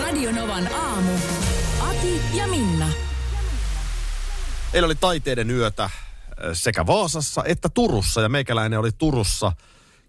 Radionovan aamu. Ati ja Minna. Eilen oli taiteiden yötä äh, sekä Vaasassa että Turussa ja meikäläinen oli Turussa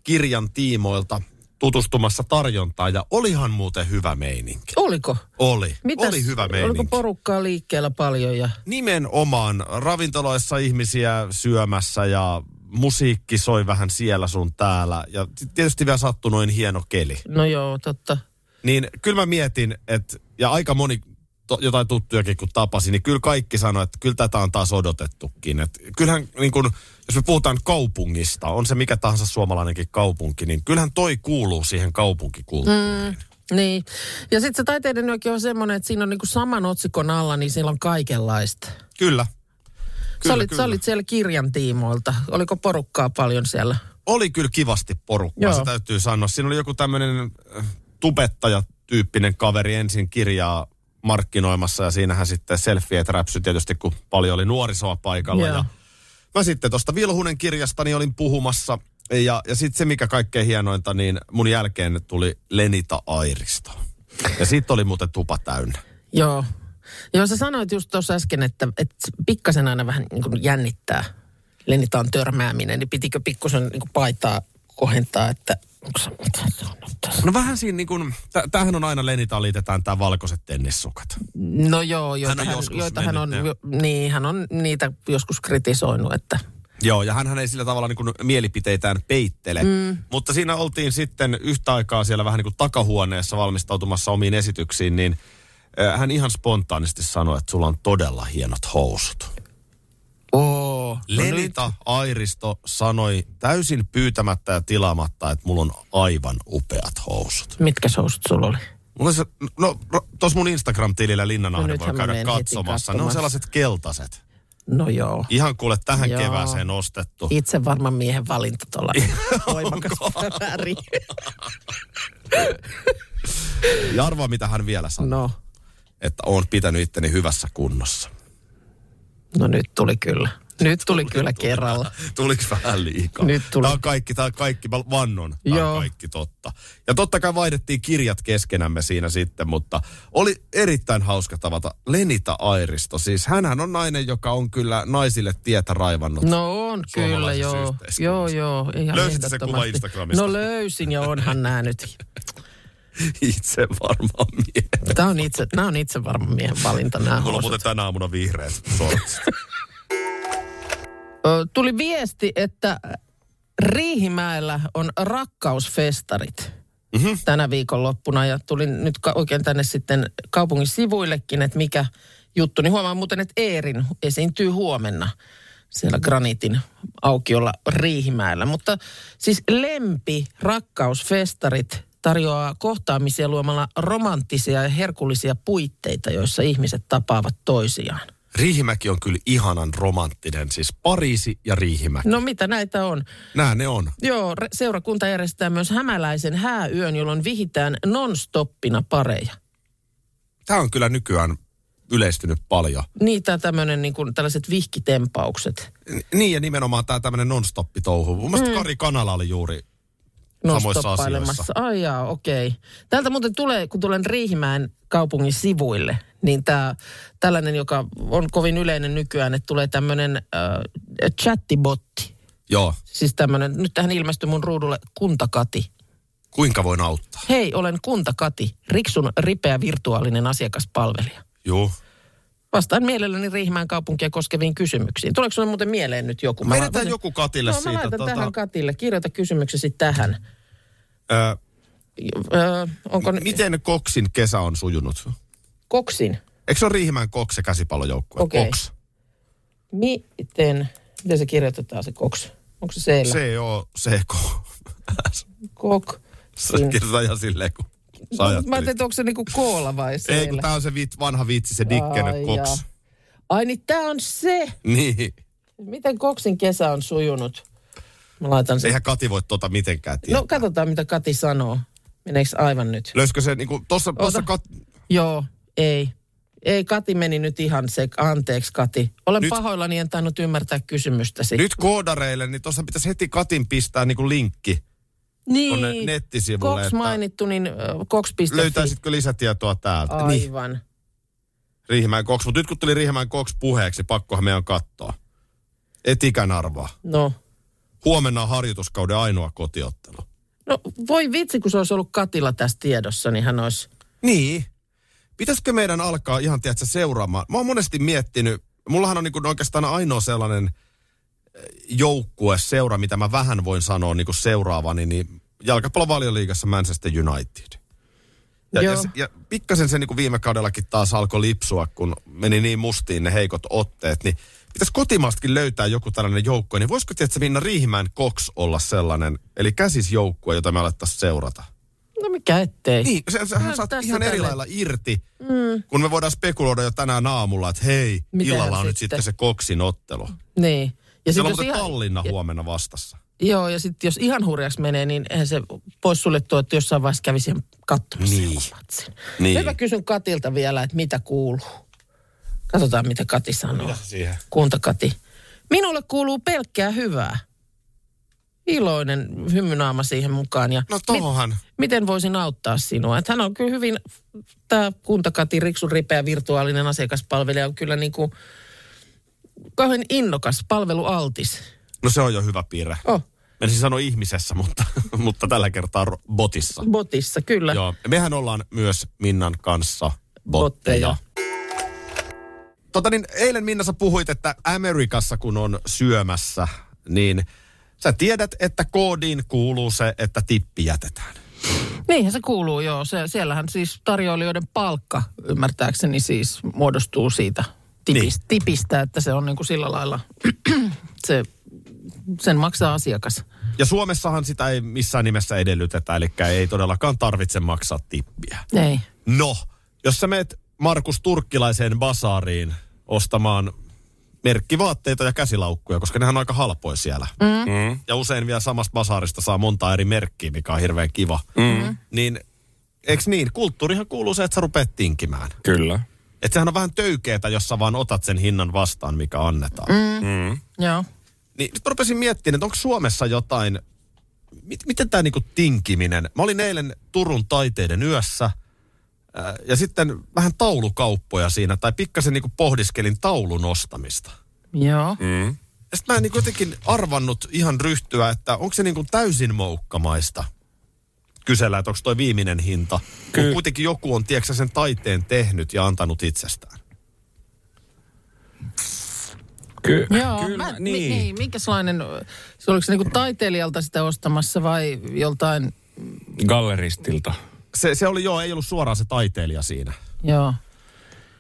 kirjan tiimoilta tutustumassa tarjontaan ja olihan muuten hyvä meininki. Oliko? Oli. oli hyvä meininki. Oliko porukkaa liikkeellä paljon ja Nimenomaan ravintoloissa ihmisiä syömässä ja musiikki soi vähän siellä sun täällä. Ja t- tietysti vielä sattui noin hieno keli. no joo, totta. Niin kyllä mä mietin, että ja aika moni to, jotain tuttujakin kun tapasin, niin kyllä kaikki sanoi, että kyllä tätä on taas odotettukin. Et kyllähän niin kun, jos me puhutaan kaupungista, on se mikä tahansa suomalainenkin kaupunki, niin kyllähän toi kuuluu siihen kaupunkikulttuuriin. Mm. Niin. Ja sitten se taiteiden yökin on semmoinen, että siinä on niinku saman otsikon alla, niin siellä on kaikenlaista. Kyllä, Kyllä. sä, olit, sä olit siellä kirjan tiimoilta. Oliko porukkaa paljon siellä? oli kyllä kivasti porukkaa, Joo. se täytyy sanoa. Siinä oli joku tämmöinen tubettaja-tyyppinen kaveri ensin kirjaa markkinoimassa ja siinähän sitten selfieet räpsy tietysti, kun paljon oli nuorisoa paikalla. Joo. Ja mä sitten tuosta Vilhunen kirjasta niin olin puhumassa ja, ja sitten se mikä kaikkein hienointa, niin mun jälkeen tuli Lenita Airisto. Ja siitä oli muuten tupa täynnä. Joo. Joo, sä sanoit just tuossa äsken, että, että pikkasen aina vähän niinku jännittää Lenitaan törmääminen, niin pitikö pikkusen niinku paitaa kohentaa, että onko se mitä se on nyt tässä? No vähän siinä niin kuin, tä- tämähän on aina Lenita liitetään tämä valkoiset tennissukat. No joo, joita hän, joskus joita hän on, mennyt, jo, niin, hän on niitä joskus kritisoinut, että Joo, ja hän ei sillä tavalla niin kuin mielipiteitään peittele. Mm. Mutta siinä oltiin sitten yhtä aikaa siellä vähän niin kuin takahuoneessa valmistautumassa omiin esityksiin, niin äh, hän ihan spontaanisti sanoi, että sulla on todella hienot housut. Oo, no nyt, Lenita Airisto sanoi täysin pyytämättä ja tilaamatta, että mulla on aivan upeat housut. mitkä sousut sulla oli? Mulla se, no, tuossa mun Instagram-tilillä Linnanahde No voi nythän mä käydä menen heti katsomassa. Ne on katsomassa. sellaiset keltaiset. No joo. Ihan kuule tähän Joo. kevääseen ostettu. Itse varmaan miehen valinta tuolla voimakas väri. Ja arvaa, mitä hän vielä sanoi. No, että oon pitänyt itteni hyvässä kunnossa. no nyt tuli kyllä. Nyt tuli kyllä kerralla. Tuliko vähän liikaa? Nyt tuli. Tämä on kaikki, tämä on kaikki, mä vannon, tämä on Joo. kaikki totta. Ja totta kai vaihdettiin kirjat keskenämme siinä sitten, mutta oli erittäin hauska tavata Lenita Airisto. Siis hänhän on nainen, joka on kyllä naisille tietä raivannut. No on kyllä, Suomalaisessa joo. yhteiskunnassa. Joo, joo. ihan Löysitkö sen kuvan ehdottomasti. Instagramista? No löysin ja onhan nämä nyt. Itse varmaan miehet. Tämä on itse, nämä on itse varmaan miehen valinta nämä Mulla on housut. muuten tänä aamuna vihreät sortsit. Ö, Tuli viesti, että Riihimäellä on rakkausfestarit mm-hmm. tänä viikonloppuna ja tulin nyt ka- oikein tänne sitten kaupungin sivuillekin, että mikä juttu. Niin huomaan muuten, että Eerin esiintyy huomenna siellä Granitin aukiolla Riihimäellä. Mutta siis lempi rakkausfestarit tarjoaa kohtaamisia luomalla romanttisia ja herkullisia puitteita, joissa ihmiset tapaavat toisiaan. Riihimäki on kyllä ihanan romanttinen, siis Pariisi ja Riihimäki. No mitä näitä on? Nää ne on. Joo, re- seurakunta järjestää myös hämäläisen hääyön, jolloin vihitään non-stoppina pareja. Tämä on kyllä nykyään yleistynyt paljon. Niitä tämmöinen, niin kuin tällaiset vihkitempaukset. Niin ja nimenomaan tämä tämmöinen non-stop-touhu. Mun mielestä Mm. Kari Kanala oli juuri Samoissa Nostoppailemassa. asioissa. Ai jaa, okei. Täältä muuten tulee, kun tulen Riihimäen kaupungin sivuille, niin tää, tällainen, joka on kovin yleinen nykyään, että tulee tämmöinen äh, chattibotti. Joo, Siis tämmöinen, nyt tähän ilmestyi mun ruudulle kuntakati. kuinka voin auttaa? Hei, olen kuntakati, Riksun ripeä virtuaalinen asiakaspalvelija. Joo. Vastaan mielelläni Riihimäen kaupunkia koskeviin kysymyksiin. Tuleeko sinulle muuten mieleen nyt joku? Mä Vedetään laitan- joku Katille no, mä siitä. tota- laitan tähän Katille. Kirjoita kysymyksesi tähän. ö, Öö, onko m- miten Koksin kesä on sujunut? koksin? Eikö se ole Riihimäen Koks se käsipallojoukkue? Okei. Koks. Miten? Miten se kirjoitetaan se koks? Onko se seellä? C-O-C-K. Kok. Se kirjoitetaan ihan silleen, kun Sä ajattelit. Mä ajattelin, että onko se niinku koola vai se? Ei, kun tää on se viit, vanha vitsi, se Dicken Koks. Ai niin tää on se. Niin. Miten Koksin kesä on sujunut? Mä laitan sen. Eihän Kati voi tota mitenkään tietää. No katsotaan, mitä Kati sanoo. Meneekö aivan nyt? Löysikö se niinku, tossa, tossa Oota. kat... Joo, ei. Ei, Kati meni nyt ihan se. Anteeksi, Kati. Olen Nyt- nyt. pahoillani, en tainnut ymmärtää kysymystäsi. nyt koodareille, niin tuossa pitäisi heti Katin pistää niinku linkki. tonne niin, nettisivulle, Koks että- mainittu, niin ö, koks.fi. Löytäisitkö lisätietoa täältä? Niin, Aivan. Niin. Riihimäen Koks. Mutta nyt kun tuli Riihimäen Koks puheeksi, pakkohan meidän katsoa. Et ikän arvaa. No. Huomenna on harjoituskauden ainoa kotiottelu. no, voi vitsi, kun se olisi ollut Katilla tässä tiedossa, niin hän olisi... Niin. Pitäisikö meidän alkaa ihan, tiedätkö, seuraamaan? Mä oon monesti miettinyt, mullahan on niin kuin oikeastaan ainoa sellainen eh, joukkue, seura, mitä mä vähän voin sanoa niin kuin seuraavani, niin jalkapallon valioliigassa Manchester United. Ja, ja, Joo. se- ja pikkasen se niin kuin viime kaudellakin taas alkoi lipsua, kun meni niin mustiin ne heikot otteet, niin pitäisi kotimaastakin löytää joku tällainen joukko, niin voisiko tietysti Minna Riihimäen Cox olla sellainen, eli käsisjoukkue, jota me alettaisiin seurata? No mikä ettei. Niin, se, sähän No, saat tässä ihan eri tälle. lailla irti, mm. kun me voidaan spekuloida jo tänään aamulla, että hei, Mitähän illalla on nyt sitten? sitten se koksin ottelu. niin. Siellä Ja sit on jos muuten ihan, Tallinna huomenna vastassa. joo, ja sitten jos ihan hurjaksi menee, niin eihän se pois suljettu, että jossain vaiheessa kävi siihen katsomassa Niin. jonkun matsin. Niin. Nyt mä kysyn Katilta vielä, että mitä kuuluu. Katsotaan, mitä Kati sanoo. Siihen. Kunta Kati. Minulle kuuluu pelkkää hyvää. Iloinen hymynaama siihen mukaan. Ja No tohonhan. miten voisin auttaa sinua? Että hän on kyllä hyvin, tämä kuntakati, riksun ripeä virtuaalinen asiakaspalvelija on kyllä niin kuin kauhean innokas, palvelualtis. No se on jo hyvä piirre. Oh, Menisin sanoa ihmisessä, mutta, mutta tällä kertaa ro- botissa. botissa, kyllä. Joo, mehän ollaan myös Minnan kanssa botteja. Botteja. Tota niin, eilen Minna sä puhuit, että Amerikassa kun on syömässä, niin sä tiedät, että koodiin kuuluu se, että tippi jätetään. Niinhän se kuuluu, joo. Se, siellähän siis tarjoilijoiden palkka, ymmärtääkseni siis, muodostuu siitä tipis, niin. tipistä, että se on niin kuin sillä lailla, se, sen maksaa asiakas. Ja Suomessahan sitä ei missään nimessä edellytetä, eli ei todellakaan tarvitse maksaa tippiä. Ei. No, jos sä meet Markus Turkkilaiseen basaariin ostamaan merkkivaatteita ja käsilaukkuja, koska nehän on aika halpoja siellä. Mm. Mm. Ja usein vielä samasta basaarista saa monta eri merkkiä, mikä on hirveän kiva. Mm. Niin, eks niin? Kulttuurihan kuuluu se, että sä rupeat tinkimään. Kyllä. Että sehän on vähän töykeetä, jos sä vaan otat sen hinnan vastaan, mikä annetaan. Mm. Joo. Niin nyt mä rupesin miettimään, että onko Suomessa jotain, mit, miten tämä niinku tinkiminen. Mä olin eilen Turun taiteiden yössä ää, ja sitten vähän taulukauppoja siinä tai pikkasen niinku pohdiskelin taulun ostamista. Joo. Mm. Ja sitten mä en niinku jotenkin arvannut ihan ryhtyä, että onko se niinku täysin moukkamaista kysellä, että onko toi viimeinen hinta. Kun Ky- kuitenkin joku on, tiedätkö, sen taiteen tehnyt ja antanut itsestään. Ky- Joo, kyllä, mä, niin. niin. Mi, niin. Minkälainen, se oliko se niinku taiteilijalta sitä ostamassa vai joltain, Galleristilta. Se, se oli joo, ei ollut suoraan se taiteilija siinä. joo.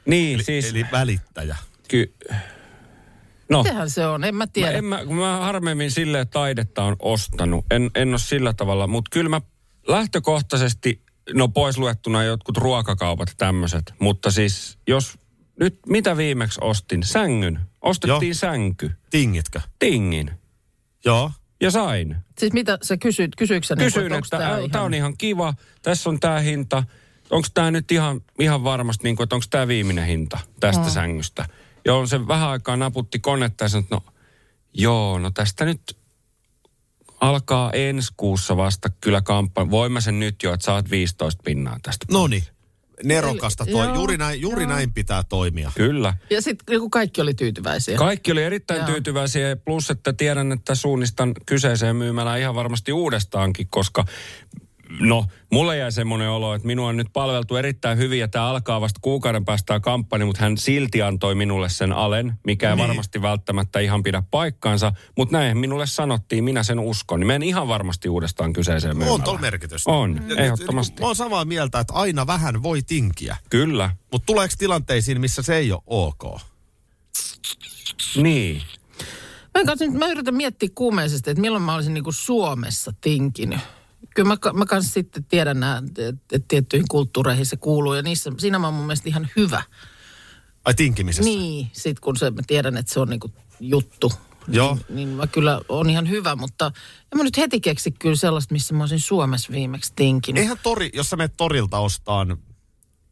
Niin, Eli, siis... eli välittäjä. Ky- no, Mitenhän se on, en mä mä, tiedä. en mä, kun mä harvemmin sille taidetta on ostanut. En, en ole sillä tavalla, mutta kyllä mä lähtökohtaisesti, no pois luettuna jotkut ruokakaupat ja tämmöiset, mutta siis jos nyt mitä viimeksi ostin? Sängyn. Ostettiin Joo. Joo. sänky. Tingitkö? Tingin. Joo. Ja sain. Siis mitä sä kysyit, kysyykö sä Kysyin, niinku, niin, onks että tää tämä ihan- on ihan kiva, tässä on tämä hinta. Onko tämä nyt ihan, ihan varmasti, niin kuin, että onko tämä viimeinen hinta tästä mm. sängystä? Ja on se vähän aikaa naputti konetta ja sanoi, että no joo, no tästä nyt alkaa ensi kuussa vasta kyllä kampanja. Voin mä sen nyt jo, että saat 15 pinnaa tästä. No niin. Nerokasta toi. Joo, juuri näin, juuri näin pitää toimia. Kyllä. Ja sitten kun kaikki oli tyytyväisiä. Kaikki oli erittäin Joo. tyytyväisiä, ja plus että tiedän, että suunnistan kyseiseen myymälään ihan varmasti uudestaankin, koska no, mulle jäi semmoinen olo, että minua on nyt palveltu erittäin hyvin, ja tämä alkaa vasta kuukauden päästä tämä kampanja, mutta hän silti antoi minulle sen alen, mikä ei Niin. varmasti välttämättä ihan pidä paikkaansa, mutta näin minulle sanottiin, minä sen uskon. Niin menen ihan varmasti uudestaan kyseiseen myymälään. On tuolla merkitystä. On, Ja- ja- ehdottomasti. Mä oon samaa mieltä, että aina vähän voi tinkiä. Kyllä, Mutta tuleeko tilanteisiin, missä se ei ole ok? niin. Mä, en katso, nyt- mä yritän miettiä kuumeisesti, että milloin mä olisin niinku Suomessa tinkinyt. Kyllä mä, ka- mä kanssa sitten tiedän nämä, että tiettyihin kulttuureihin se kuuluu ja niissä, siinä mä oon mun mielestä ihan hyvä. Ai tinkimisessä? Niin, sit kun se, mä tiedän, että se on niinku juttu. Joo. Niin, niin mä kyllä on ihan hyvä, mutta en mä nyt heti keksi kyllä sellaista, missä mä olisin Suomessa viimeksi tinkinyt. Eihän tori, jos sä menet torilta ostaan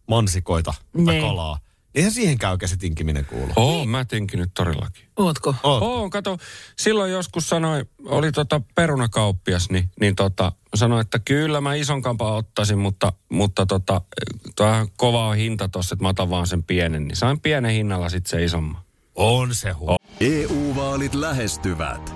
mansikoita tai Niin. kalaa, niin eihän siihenkään oikein se tinkiminen kuulu. Oo, niin. mä tinkinyt torillakin. Ootko? Oot. Oo, Oh, kato, silloin joskus sanoi, oli tota perunakauppias, niin, niin tota, sanoi, että kyllä mä ison kampaa ottaisin, mutta, mutta tota, tämä kova on hinta tossa, että mä otan vaan sen pienen, niin sain pienen hinnalla sitten se isomman. On se huono. EU-vaalit E lähestyvät.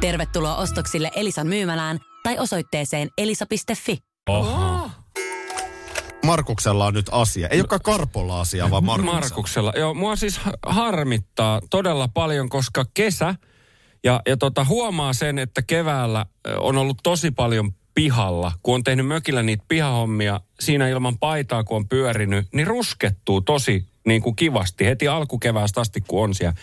Tervetuloa ostoksille Elisan myymälään tai osoitteeseen elisa.fi. Markuksella on nyt asia. Ei olekaan Karpolla asia, vaan Markuksella. Markuksella. Joo, mua siis ha- harmittaa todella paljon, koska kesä ja, ja tota, huomaa sen, että keväällä ö, on ollut tosi paljon pihalla, kun on tehnyt mökillä niitä pihahommia, siinä ilman paitaa, kun on pyörinyt, niin ruskettuu tosi niin kuin kivasti heti alkukeväästä asti, kun on siellä.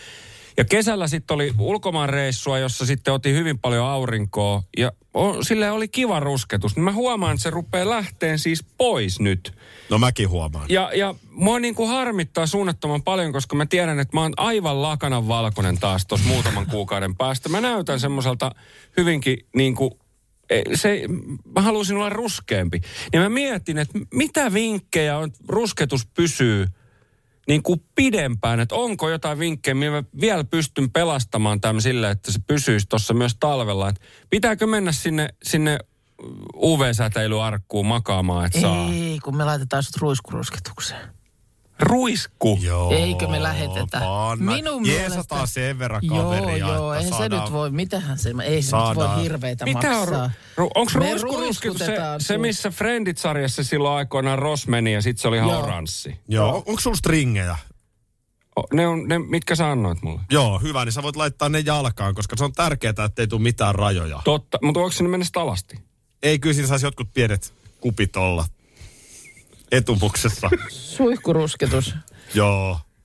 Ja kesällä sitten oli ulkomaanreissua, jossa sitten otin hyvin paljon aurinkoa ja o- sille oli kiva rusketus. Niin mä huomaan, että se rupeaa lähteen siis pois nyt. No mäkin huomaan. Ja, ja mua niin kuin harmittaa suunnattoman paljon, koska mä tiedän, että mä oon aivan lakanan valkoinen taas tuossa muutaman kuukauden päästä. Mä näytän semmoiselta hyvinkin niin kuin, se, mä haluaisin olla ruskeampi. Ja mä mietin, että mitä vinkkejä on, että rusketus pysyy niin kuin pidempään, että onko jotain vinkkejä, millä mä vielä pystyn pelastamaan tämän sillä, että se pysyisi tuossa myös talvella. Että pitääkö mennä sinne, sinne UV-säteilyarkkuun makaamaan, että saa Ei, kun me laitetaan sut ruiskurusketukseen. ruisku. Joo, Eikö me lähetetä? Panna. Minun Jeesataan mielestä- sen verran Joo, kaveria, joo, että eihän se saadaan- nyt voi, mitähän se, ei se nyt voi Saadaan. hirveitä Mitä on, maksaa. ru, onko Me ruisku ruskittu se, ruiskutetaan se, sut. missä Friendit-sarjassa silloin aikoinaan Ross meni ja sitten se oli ihan Joo. oranssi? Joo, on, onko sulla stringejä? O- Ne on ne, mitkä sä annoit mulle. Joo, hyvä, niin sä voit laittaa ne jalkaan, koska se on tärkeää, että ei tule mitään rajoja. Totta, mutta onko sinne mennessä alasti? Ei, kyllä siinä saisi jotkut pienet kupit olla etumuksessa. Suihkurusketus. Joo.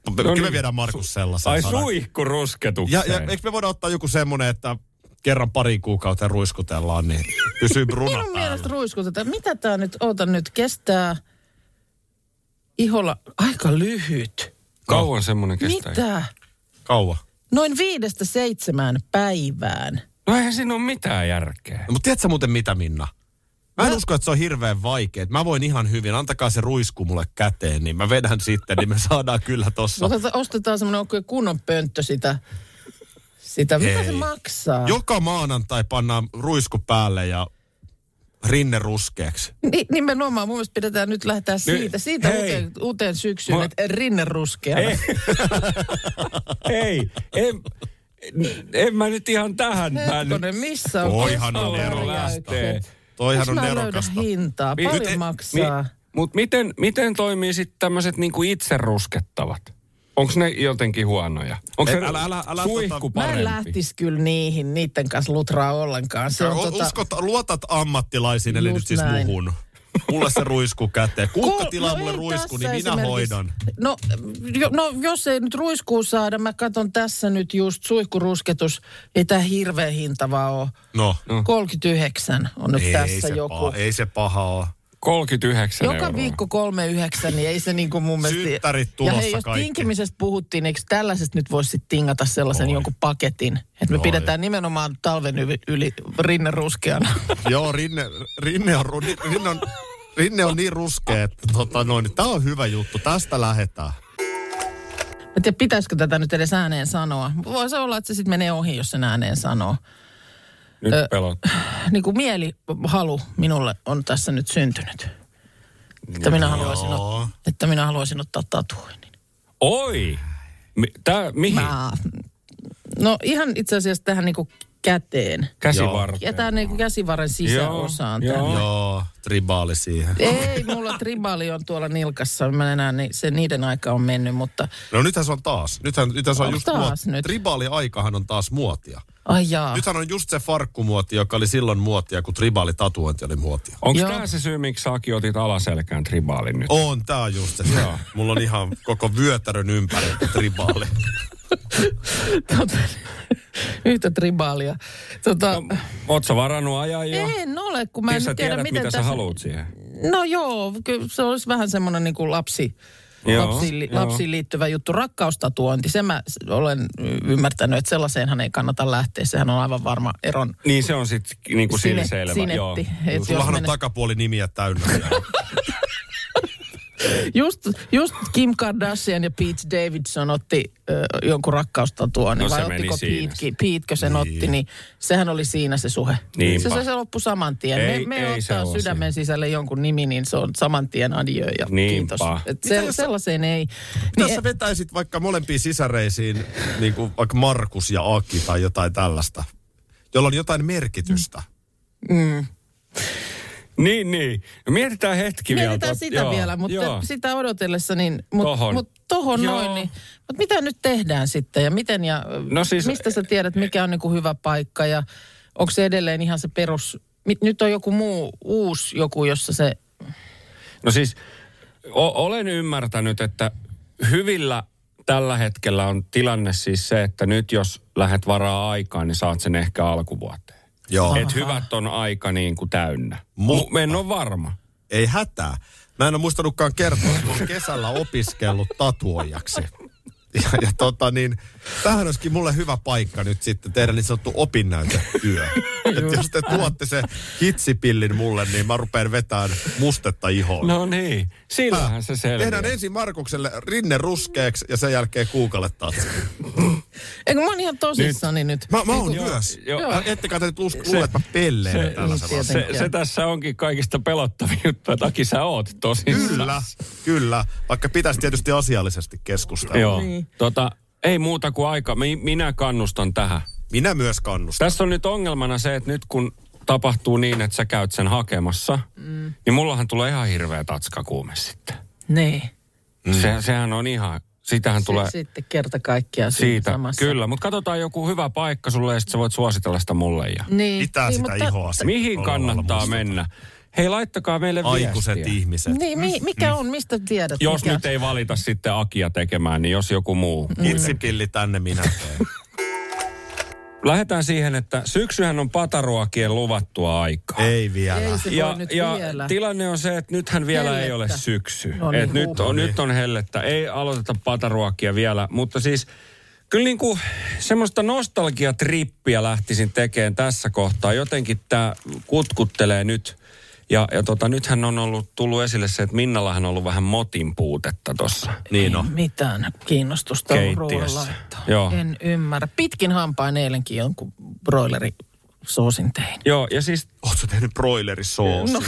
No No kyllä me niin. viedään Markus sellaisen. Ai saadaan. suihku Ja, rusketukseen. ja eikö me voida ottaa joku semmonen, että kerran pari kuukautta ruiskutellaan, niin pysyy bruna Minun mielestä päällä. ruiskutetaan. Mitä tää nyt, oota nyt, kestää iholla aika lyhyt. Kauan semmoinen kestää. Mitä? Kauan. Noin viidestä seitsemään päivään. No eihän siinä ole mitään järkeä. No, mutta tiedätkö muuten mitä, Minna? Mä en usko, että se on hirveän vaikea. Mä voin ihan hyvin. Antakaa se ruisku mulle käteen, niin mä vedän sitten, niin me saadaan kyllä tossa. Otetaan, ostetaan semmoinen oikein kunnon pönttö sitä. sitä. Mitä se Ei. maksaa? Joka maanantai pannaan ruisku päälle ja rinne ruskeaksi. Ni, nimenomaan, mun mielestä pidetään nyt lähteä siitä, siitä hei. uuteen, uuteen syksyyn, Mä- että rinne ruskeana. Ei, en, en mä nyt ihan tähän. Mä nyt, Hetkonen, missä on Toihan on kestolla nerokasta. järkeä? Toihan Jos on mä en nerokasta. löydä hintaa, Mi- paljon nyt- maksaa. Mutta miten, miten toimii sitten tämmöiset niinku itse ruskettavat? Onko ne jotenkin huonoja? Onko Ei, se älä- älä- älä suihku tota- Mä parempi? en lähtisi kyllä niihin, niiden kanssa lutraa ollenkaan. Se Sä on tota, uskot, luotat ammattilaisiin, eli Just nyt siis näin. muhun. Mulle se ruisku käteen. Kuukka Kol- tilaa no mulle ei ruisku, niin tässä minä esimerkiksi- hoidan. No, jo, no, jos ei nyt ruiskuu saada, mä katson tässä nyt just suihkurusketus, ei tää hirveä hinta vaan oo. No, 39 on nyt ei, tässä se joku. Paha, ei se paha ole. 39 Joka euroa. viikko 39, niin ei se niin kuin mun mielestä... Synttärit ja tulossa hei, jos kaikki. tinkimisestä puhuttiin, eikö tällaisesta nyt voisi sitten tingata sellaisen Voi. jonkun paketin? Että me Voi. pidetään nimenomaan talven yli, yli rinneruskeana. Joo, rinne, rinne on, ru- rinne on Rinne on niin ruskea, että tota noin, tää on hyvä juttu, tästä lähetään. Mä en tiedä, pitäisikö tätä nyt edes ääneen sanoa. Voi se olla, että se sitten menee ohi, jos sen ääneen sanoo. Nyt Ö, pelottaa. Niin kuin mielihalu minulle on tässä nyt syntynyt. Että minä haluaisin, ot- että minä haluaisin ottaa tatuoinnin. Oi! Mi, tää, Niin. mihin? Mä, no ihan itse asiassa tähän niin kuin käteen. Ja Käsivarteen. tähän niin kuin käsivarren sisäosaan. Joo, Joo, joo. Joo, tribaali siihen. Ei, mulla tribaali on tuolla nilkassa. Mä en enää, niin se niiden aika on mennyt, mutta... No nythän se on taas. Nythän, nythän se on Onko just taas muot- nyt? Ah. Tribaali-aikahan on taas muotia. Ai jaa. Nythän on just se farkkumuoti, joka oli silloin muotia, kun tribaali tatuointi oli muotia. Onko Joo. tämä se syy, miksi säkin otit alaselkään tribaalin nyt? On, tää on just se. Joo. Mulla on ihan koko vyötärön ympäri tribaali. Siis Tota, Yhtä tribaalia. Tota, Oot sä varannut ajan jo? en ole, kun mä en Siis No, sä tiedä, tiedät, miten mitä sä tässä- haluut siihen. No joo, kyllä se olisi vähän semmoinen niin kuin lapsi, Joo, lapsiin, li- joo. lapsiin liittyvä juttu. Rakkaustatuointi, sen mä s- olen ymmärtänyt, että sellaiseenhan ei kannata lähteä. Sehän on aivan varma eron Niin se on sitten niinku sille selvä. sinetti. Joo. Et jos Sullahan on menes- takapuoli nimiä täynnä. Niin. Just, just Kim Kardashian ja Pete Davidson otti ö, jonkun rakkaustatuoinnin, No se vai meni ottiko siinä. Petekin, Petekö sen niin. otti, niin sehän oli siinä se suhe. Niinpä. Se, se, se loppui saman tien. Ei- me me ei se ottaa ole sydämen sisälle jonkun nimi, niin se on saman tien adjö ja Niinpä. kiitos. Et Mitä se, jos- sellaiseen ei. Niin Niin, Tässä vetäisit vaikka molempiin sisäreisiin, niin kuin vaikka Markus ja Aki tai jotain tällaista, jolla on jotain merkitystä. Niin, niin. No mietitään hetki vielä. Niin, Mietitään tuot- sitä joo, vielä, mutta joo. joo. sitä odotellessa, niin, mutta Tohon. tohon, mut, tohon Joo. noin, niin, mutta mitä nyt tehdään sitten ja miten ja No no siis- siis, mistä sä tiedät, mikä on niinku hyvä paikka ja onko se edelleen ihan se perus, mit, nyt on joku muu, uusi joku, jossa se, No siis o- olen ymmärtänyt, että hyvillä tällä hetkellä on tilanne siis se, että nyt jos lähet varaa aikaan, niin saat sen ehkä alkuvuoteen. Joo. Et hyvät on aika niin kuin täynnä. Mutta- Mutta en ole varma. Ei hätää. Mä en ole muistanutkaan kertoa, että mä oon kesällä opiskellut tatuoijaksi. Ja, ja tota niin, tämähän olisikin mulle hyvä paikka nyt sitten tehdä niin sanottu opinnäytetyö. Et jos te tuotte se hitsipillin mulle, niin mä rupean vetämään mustetta ihoon. No niin, sillähän se selviää. Tehdään ensin Markukselle rinne ruskeaksi ja sen jälkeen kuukalle tatsi. eikö mä oon ihan tosissani nyt. Mä, mä Niin oon kun- myös. joo. Ä- Ettekä te nyt lus- luule, että mä pelleen tällaisella. Se, se tässä onkin kaikista pelottavin juttu, että Aki sä oot tosissaan. Kyllä, kyllä. Vaikka pitäisi tietysti asiallisesti keskustella. Joo. Tota, ei muuta kuin aika. Mi- Minä kannustan tähän. Minä myös kannustan. Tässä on nyt ongelmana se, että nyt kun tapahtuu niin, että sä käyt sen hakemassa, mm. niin mullahan tulee ihan hirveä tatskakuume sitten. Niin, Mm. Se, sehän on ihan, sitähän tulee S- sitten kerta kaikkiaan siinä siitä. samassa. Kyllä, mutta katsotaan joku hyvä paikka sulle ja sitten sä voit suositella sitä mulle. Ja. Niin, Pitää niin, sitä mutta- ihoa. sitten Mihin olla kannattaa musta. mennä? Hei, laittakaa meille Aikuiset viestiä. ihmiset. Niin, mi, mikä on, mistä tiedät? Jos mikä? nyt ei valita sitten Akia tekemään, niin jos joku muu. Mm. Itsipilli tänne minä teen. Lähdetään siihen, että syksyhän on pataruakien luvattua aikaa. Ei vielä. Ei se voi ja, nyt ja vielä. tilanne on se, että nythän vielä hellettä. ei ole Hellettä. syksy. No niin, Et nyt, huh. on, nyt on hellettä. Ei aloiteta pataruokia vielä, mutta siis kyllä niin kuin semmoista nostalgiatrippiä lähtisin tekemään tässä kohtaa. Jotenkin tämä kutkuttelee nyt. Ja, ja tota, nythän on ollut tullut esille se, että Minnallahan on ollut vähän motin puutetta tuossa. Niin on. mitään kiinnostusta on Keittiössä. ruoan laittoon. Joo. En ymmärrä. Pitkin hampain eilenkin jonkun broileri soosin tein. Joo, ja siis Ootko tehnyt broilerisoosi? No,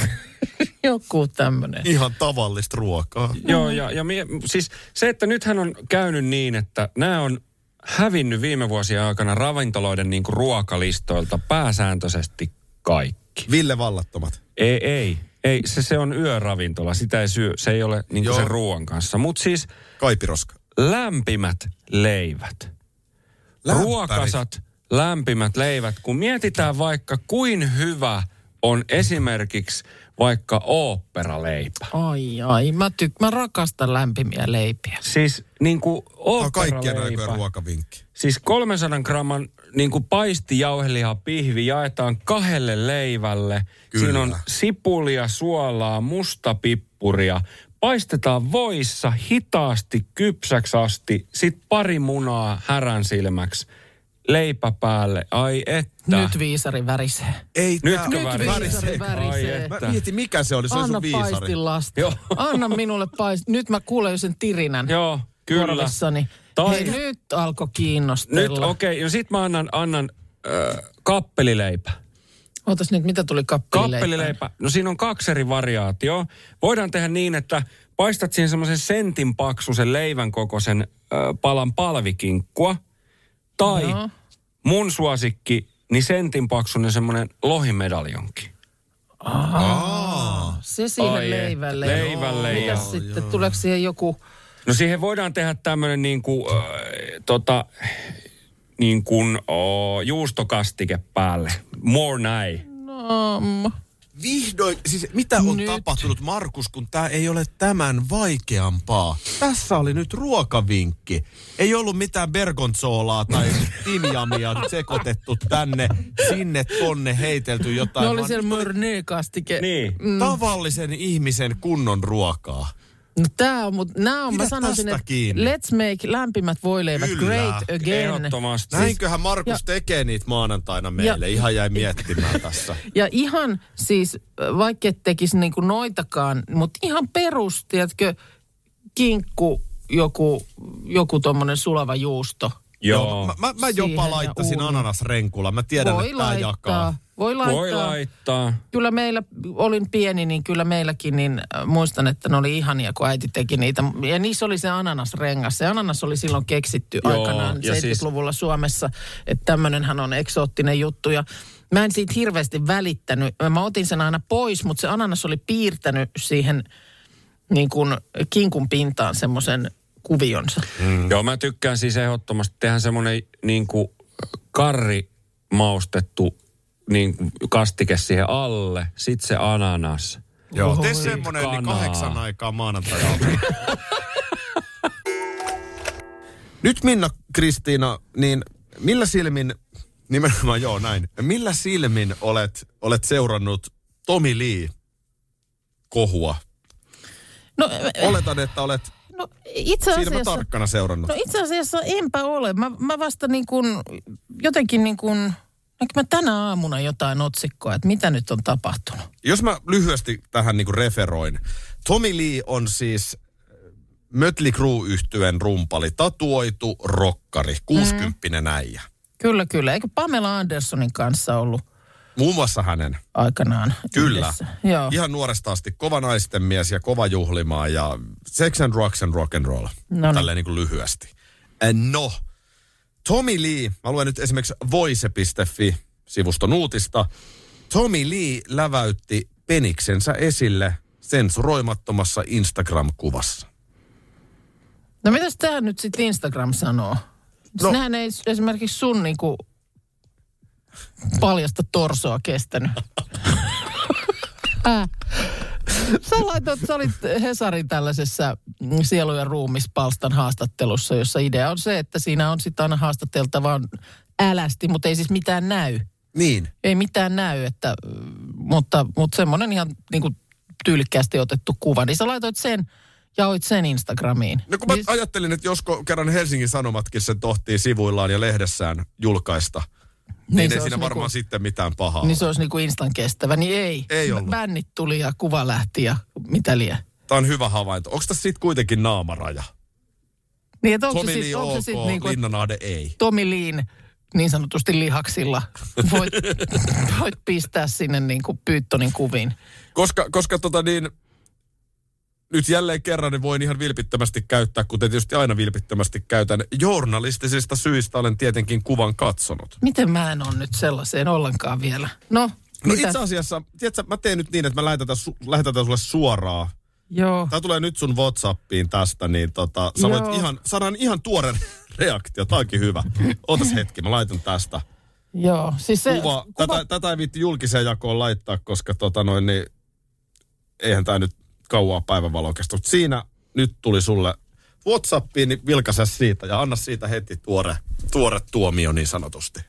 joku tämmöinen. Ihan tavallista ruokaa. Joo, ja, ja mie, siis se, että nythän on käynyt niin, että nämä on hävinnyt viime vuosien aikana ravintoloiden niin kuin ruokalistoilta pääsääntöisesti kaikki. Ville Vallattomat. Ei, ei. Ei, se, se on yöravintola. Sitä ei syö, se ei ole niin Joo. kuin sen ruoan kanssa. Mutta siis Kaipiroska. lämpimät leivät. Lämpärit. Ruokasat lämpimät leivät. Kun mietitään vaikka kuin hyvä on esimerkiksi vaikka oopperaleipä. Ai, ai. Mä, tyk- mä rakastan lämpimiä leipiä. Siis niin kuin Tämä on kaikkien oopperaleipä. aikojen ruokavinkki. Siis 300 gramman niin kuin paisti jauheliha pihvi jaetaan kahdelle leivälle. Kyllä. Siinä on sipulia, suolaa, mustapippuria. Paistetaan voissa hitaasti kypsäksi asti, sit pari munaa härän silmäksi. leipä päälle. Ai että. Nyt viisari värisee. Ei tää- Nytkö Nyt värisee? viisari värisee. Ai Mä että. mietin, mikä se oli. Se oli Anna sun viisari. paistin lasta. Joo. Anna minulle paistin. Nyt mä kuulen jo sen tirinän. Joo, kyllä. korvissani. Tai- Hei, nyt alkoi Nyt kiinnostella. okei, okay. no sit mä annan, annan äh, kappelileipä. Ootas nyt, mitä tuli kappelileipään? Kappelileipä, no siinä on kaksi eri variaatioa. Voidaan tehdä niin, että paistat siihen semmoisen sentin paksuisen leivän kokoisen äh, palan palvikinkkua. Tai Joo. Joo. mun suosikki, niin sentin paksuinen semmoinen lohimedaljonki. Se siihen Ai leivälle. että, leivälle Mitäs joo, sitten, tuleeko siihen joku... No siihen voidaan tehdä tämmöinen niin kuin, äh, tota, niin kuin oh, juustokastike päälle. More näin. Um, Vihdoin, siis mitä on Nyt. tapahtunut, Markus, kun tämä ei ole tämän vaikeampaa? Tässä oli nyt ruokavinkki. Ei ollut mitään bergonzolaa tai timjamia sekoitettu tänne, sinne, tonne heitelty jotain. no oli vaan siellä mm. mörnöö-kastike. Niin. Tavallisen ihmisen kunnon ruokaa. No tää on, mut nää on, mä Pidä sanoisin, tästä että kiinni. let's make lämpimät voileivät Kyllä. great again. Ehdottomasti. Näinköhän Markus ja- tekee niitä maanantaina meille. Ja- Ihan jäi miettimään tässä. Ja ihan siis, äh, vaikka et tekisi niinku noitakaan, mutta ihan perus, tiedätkö, kinkku, joku, joku tommonen sulava juusto. Joo. Mä, mä, mä Siihen ja jopa laittaisin uuniin. ananasrenkulla. Mä tiedän, Voi että tää laittaa, jakaa. voi laittaa. Voi laittaa. Kyllä meillä, olin pieni, niin kyllä meilläkin, niin äh, muistan, että ne oli ihania, kun äiti teki niitä. Ja niissä oli se ananasrengas. Se ananas oli silloin keksitty Joo, aikanaan ja siis- 70-luvulla Suomessa. Että tämmöinenhän on eksoottinen juttu. Ja mä en siitä hirveästi välittänyt. Mä otin sen aina pois, mutta se ananas oli piirtänyt siihen niin kuin kinkun pintaan semmoisen kuvionsa. Mm. Joo, mä tykkään siis ehdottomasti tehdä semmoinen niin kuin karri maustettu niin kuin kastike siihen alle, sit se ananas. Joo. Tee Voi semmonen, niin kanaa. kahdeksan aikaa maanantaina. Nyt Minna Kristiina, niin millä silmin, nimenomaan joo näin, millä silmin olet, olet seurannut Tomi Lee kohua? No, Oletan, että olet no itse silmä asiassa... tarkkana seurannut. No itse asiassa enpä ole. Mä, mä vasta niin kuin, jotenkin niin kuin, näinkö mä tänä aamuna jotain otsikkoa, että mitä nyt on tapahtunut. Jos mä lyhyesti tähän niinku referoin. Tommy Lee on siis Mötli Crew yhtyen rumpali, tatuoitu rokkari, 60 äijä. Kyllä, kyllä. Eikö Pamela Andersonin kanssa ollut Muun muassa hänen. aikanaan Kyllä. yhdessä? Joo. Ihan nuoresta asti kova naisten mies ja kova juhlimaa ja sex and rocks and rock and roll. Noniin. Tälleen niin kuin lyhyesti. Eh, No, Tommy Lee, mä luen nyt esimerkiksi voice.fi-sivuston uutista. Tommy Lee läväytti peniksensä esille sensuroimattomassa Instagram-kuvassa. No mitäs tää nyt sitten Instagram sanoo? No. Sinähän ei s- esimerkiksi sun niin kuin paljasta torsoa kestänyt. Äh. Sä laitoit, sä olit Hesarin tällaisessa mm, sielu- ja ruumispalstan haastattelussa, jossa idea on se, että siinä on sitten aina haastateltava on älästi, mutta ei siis mitään näy. Niin. Ei mitään näy, että, mm, mutta, mutta semmoinen ihan niin kuin tyylikkäästi otettu kuva. Niin sä laitoit sen, jaoit sen Instagramiin. No kun mä Siis- ajattelin, että josko kerran Helsingin Sanomatkin sen tohtii sivuillaan ja lehdessään julkaista, niin, se ei olisi siinä varmaan niinku- sitten mitään pahaa Niin ole. se olisi niinku instan kestävä, niin ei. Ei ollut. Bännit tuli ja kuva lähti ja mitä liian. Tämä on hyvä havainto. Onko tässä sitten kuitenkin naamaraja? Niin et onko se Tomi sitten Lee onko se OK, sit niinku, että Linnanahde ei. Tomi Liin niin sanotusti lihaksilla voit, voit pistää sinne niinku Pyyttonin kuviin. Koska, koska tota niin, nyt jälleen kerran niin voin ihan vilpittömästi käyttää, kuten tietysti aina vilpittömästi käytän. Journalistisista syistä olen tietenkin kuvan katsonut. Miten mä en ole nyt sellaiseen ollenkaan vielä? No, No mitä? itse asiassa, tiedätkö, mä teen nyt niin, että mä lähetän, täs, lähetän tän sulle suoraan Joo. Tämä tulee nyt sun Whatsappiin tästä, niin tota, sä Joo. voit ihan, saadaan ihan tuore reaktio. Tää onkin hyvä. Ootas hetki, mä laitan tästä. Joo, siis se, Kuva, Tätä, tätä ei viitti julkiseen jakoon laittaa, koska tota noin, niin, eihän tää nyt kauaa päivänvaloa kestä. Mut siinä nyt tuli sulle Whatsappiin, niin vilkaise siitä ja anna siitä heti tuore, tuore tuomio niin sanotusti.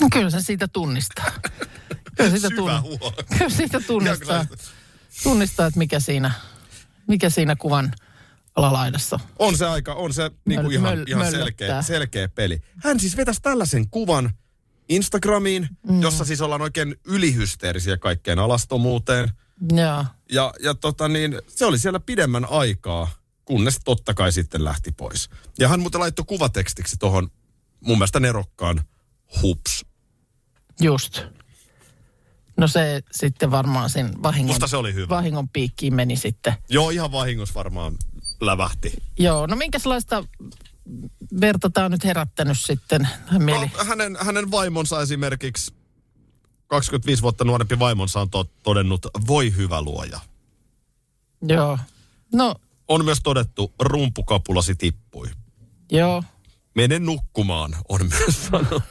No kyllä se siitä tunnistaa. Kyllä siitä, Syvä tunn... huo. kyllä siitä tunnistaa, Ihan kyllä. tunnistaa, että mikä siinä, mikä siinä kuvan alalaidassa. On se aika, on se niin kuin Möl- ihan, möl- ihan möllöttää. selkeä, selkeä peli. Hän siis vetäisi tällaisen kuvan Instagramiin, mm. jossa siis ollaan oikein ylihysteerisiä kaikkeen alastomuuteen. Joo. Ja, ja tota niin, se oli siellä pidemmän aikaa, kunnes totta kai sitten lähti pois. Ja hän muuten laittoi kuvatekstiksi tuohon mun mielestä nerokkaan hups. Just. No se sitten varmaan sen vahingon, Musta se oli hyvä. vahingon piikkiin meni sitten. Joo, ihan vahingossa varmaan lävähti. Joo, no minkälaista verta tämä on nyt herättänyt sitten mieli? No, hänen, hänen vaimonsa esimerkiksi, 25 vuotta nuorempi vaimonsa on to, todennut, voi hyvä luoja. Joo. No, On myös todettu, rumpukapulasi tippui. joo. Mene nukkumaan, on myös sanottu.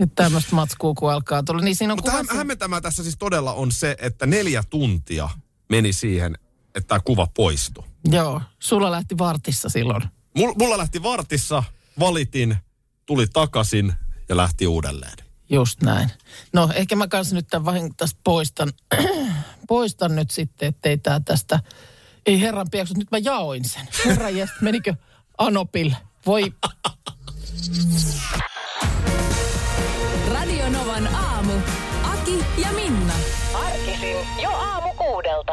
Nyt tämmöistä matskua kun alkaa tulla. Niin siinä on Mutta kuva, häm, hämmentämää tässä siis todella on se, että neljä tuntia meni siihen, että tämä kuva poistui. Joo, sulla lähti vartissa silloin. Mul- Mulla lähti vartissa, valitin, tuli takaisin ja lähti uudelleen. Just näin. No ehkä mä kanssa nyt tämän vahingon tästä poistan, poistan nyt sitten, ettei tää tästä, ei herran piaksut, nyt mä jaoin sen. Herran jäst, menikö Anopille? Voi, Radio Novan aamu. Aki ja Minna. Arkisin jo aamu kuudelta.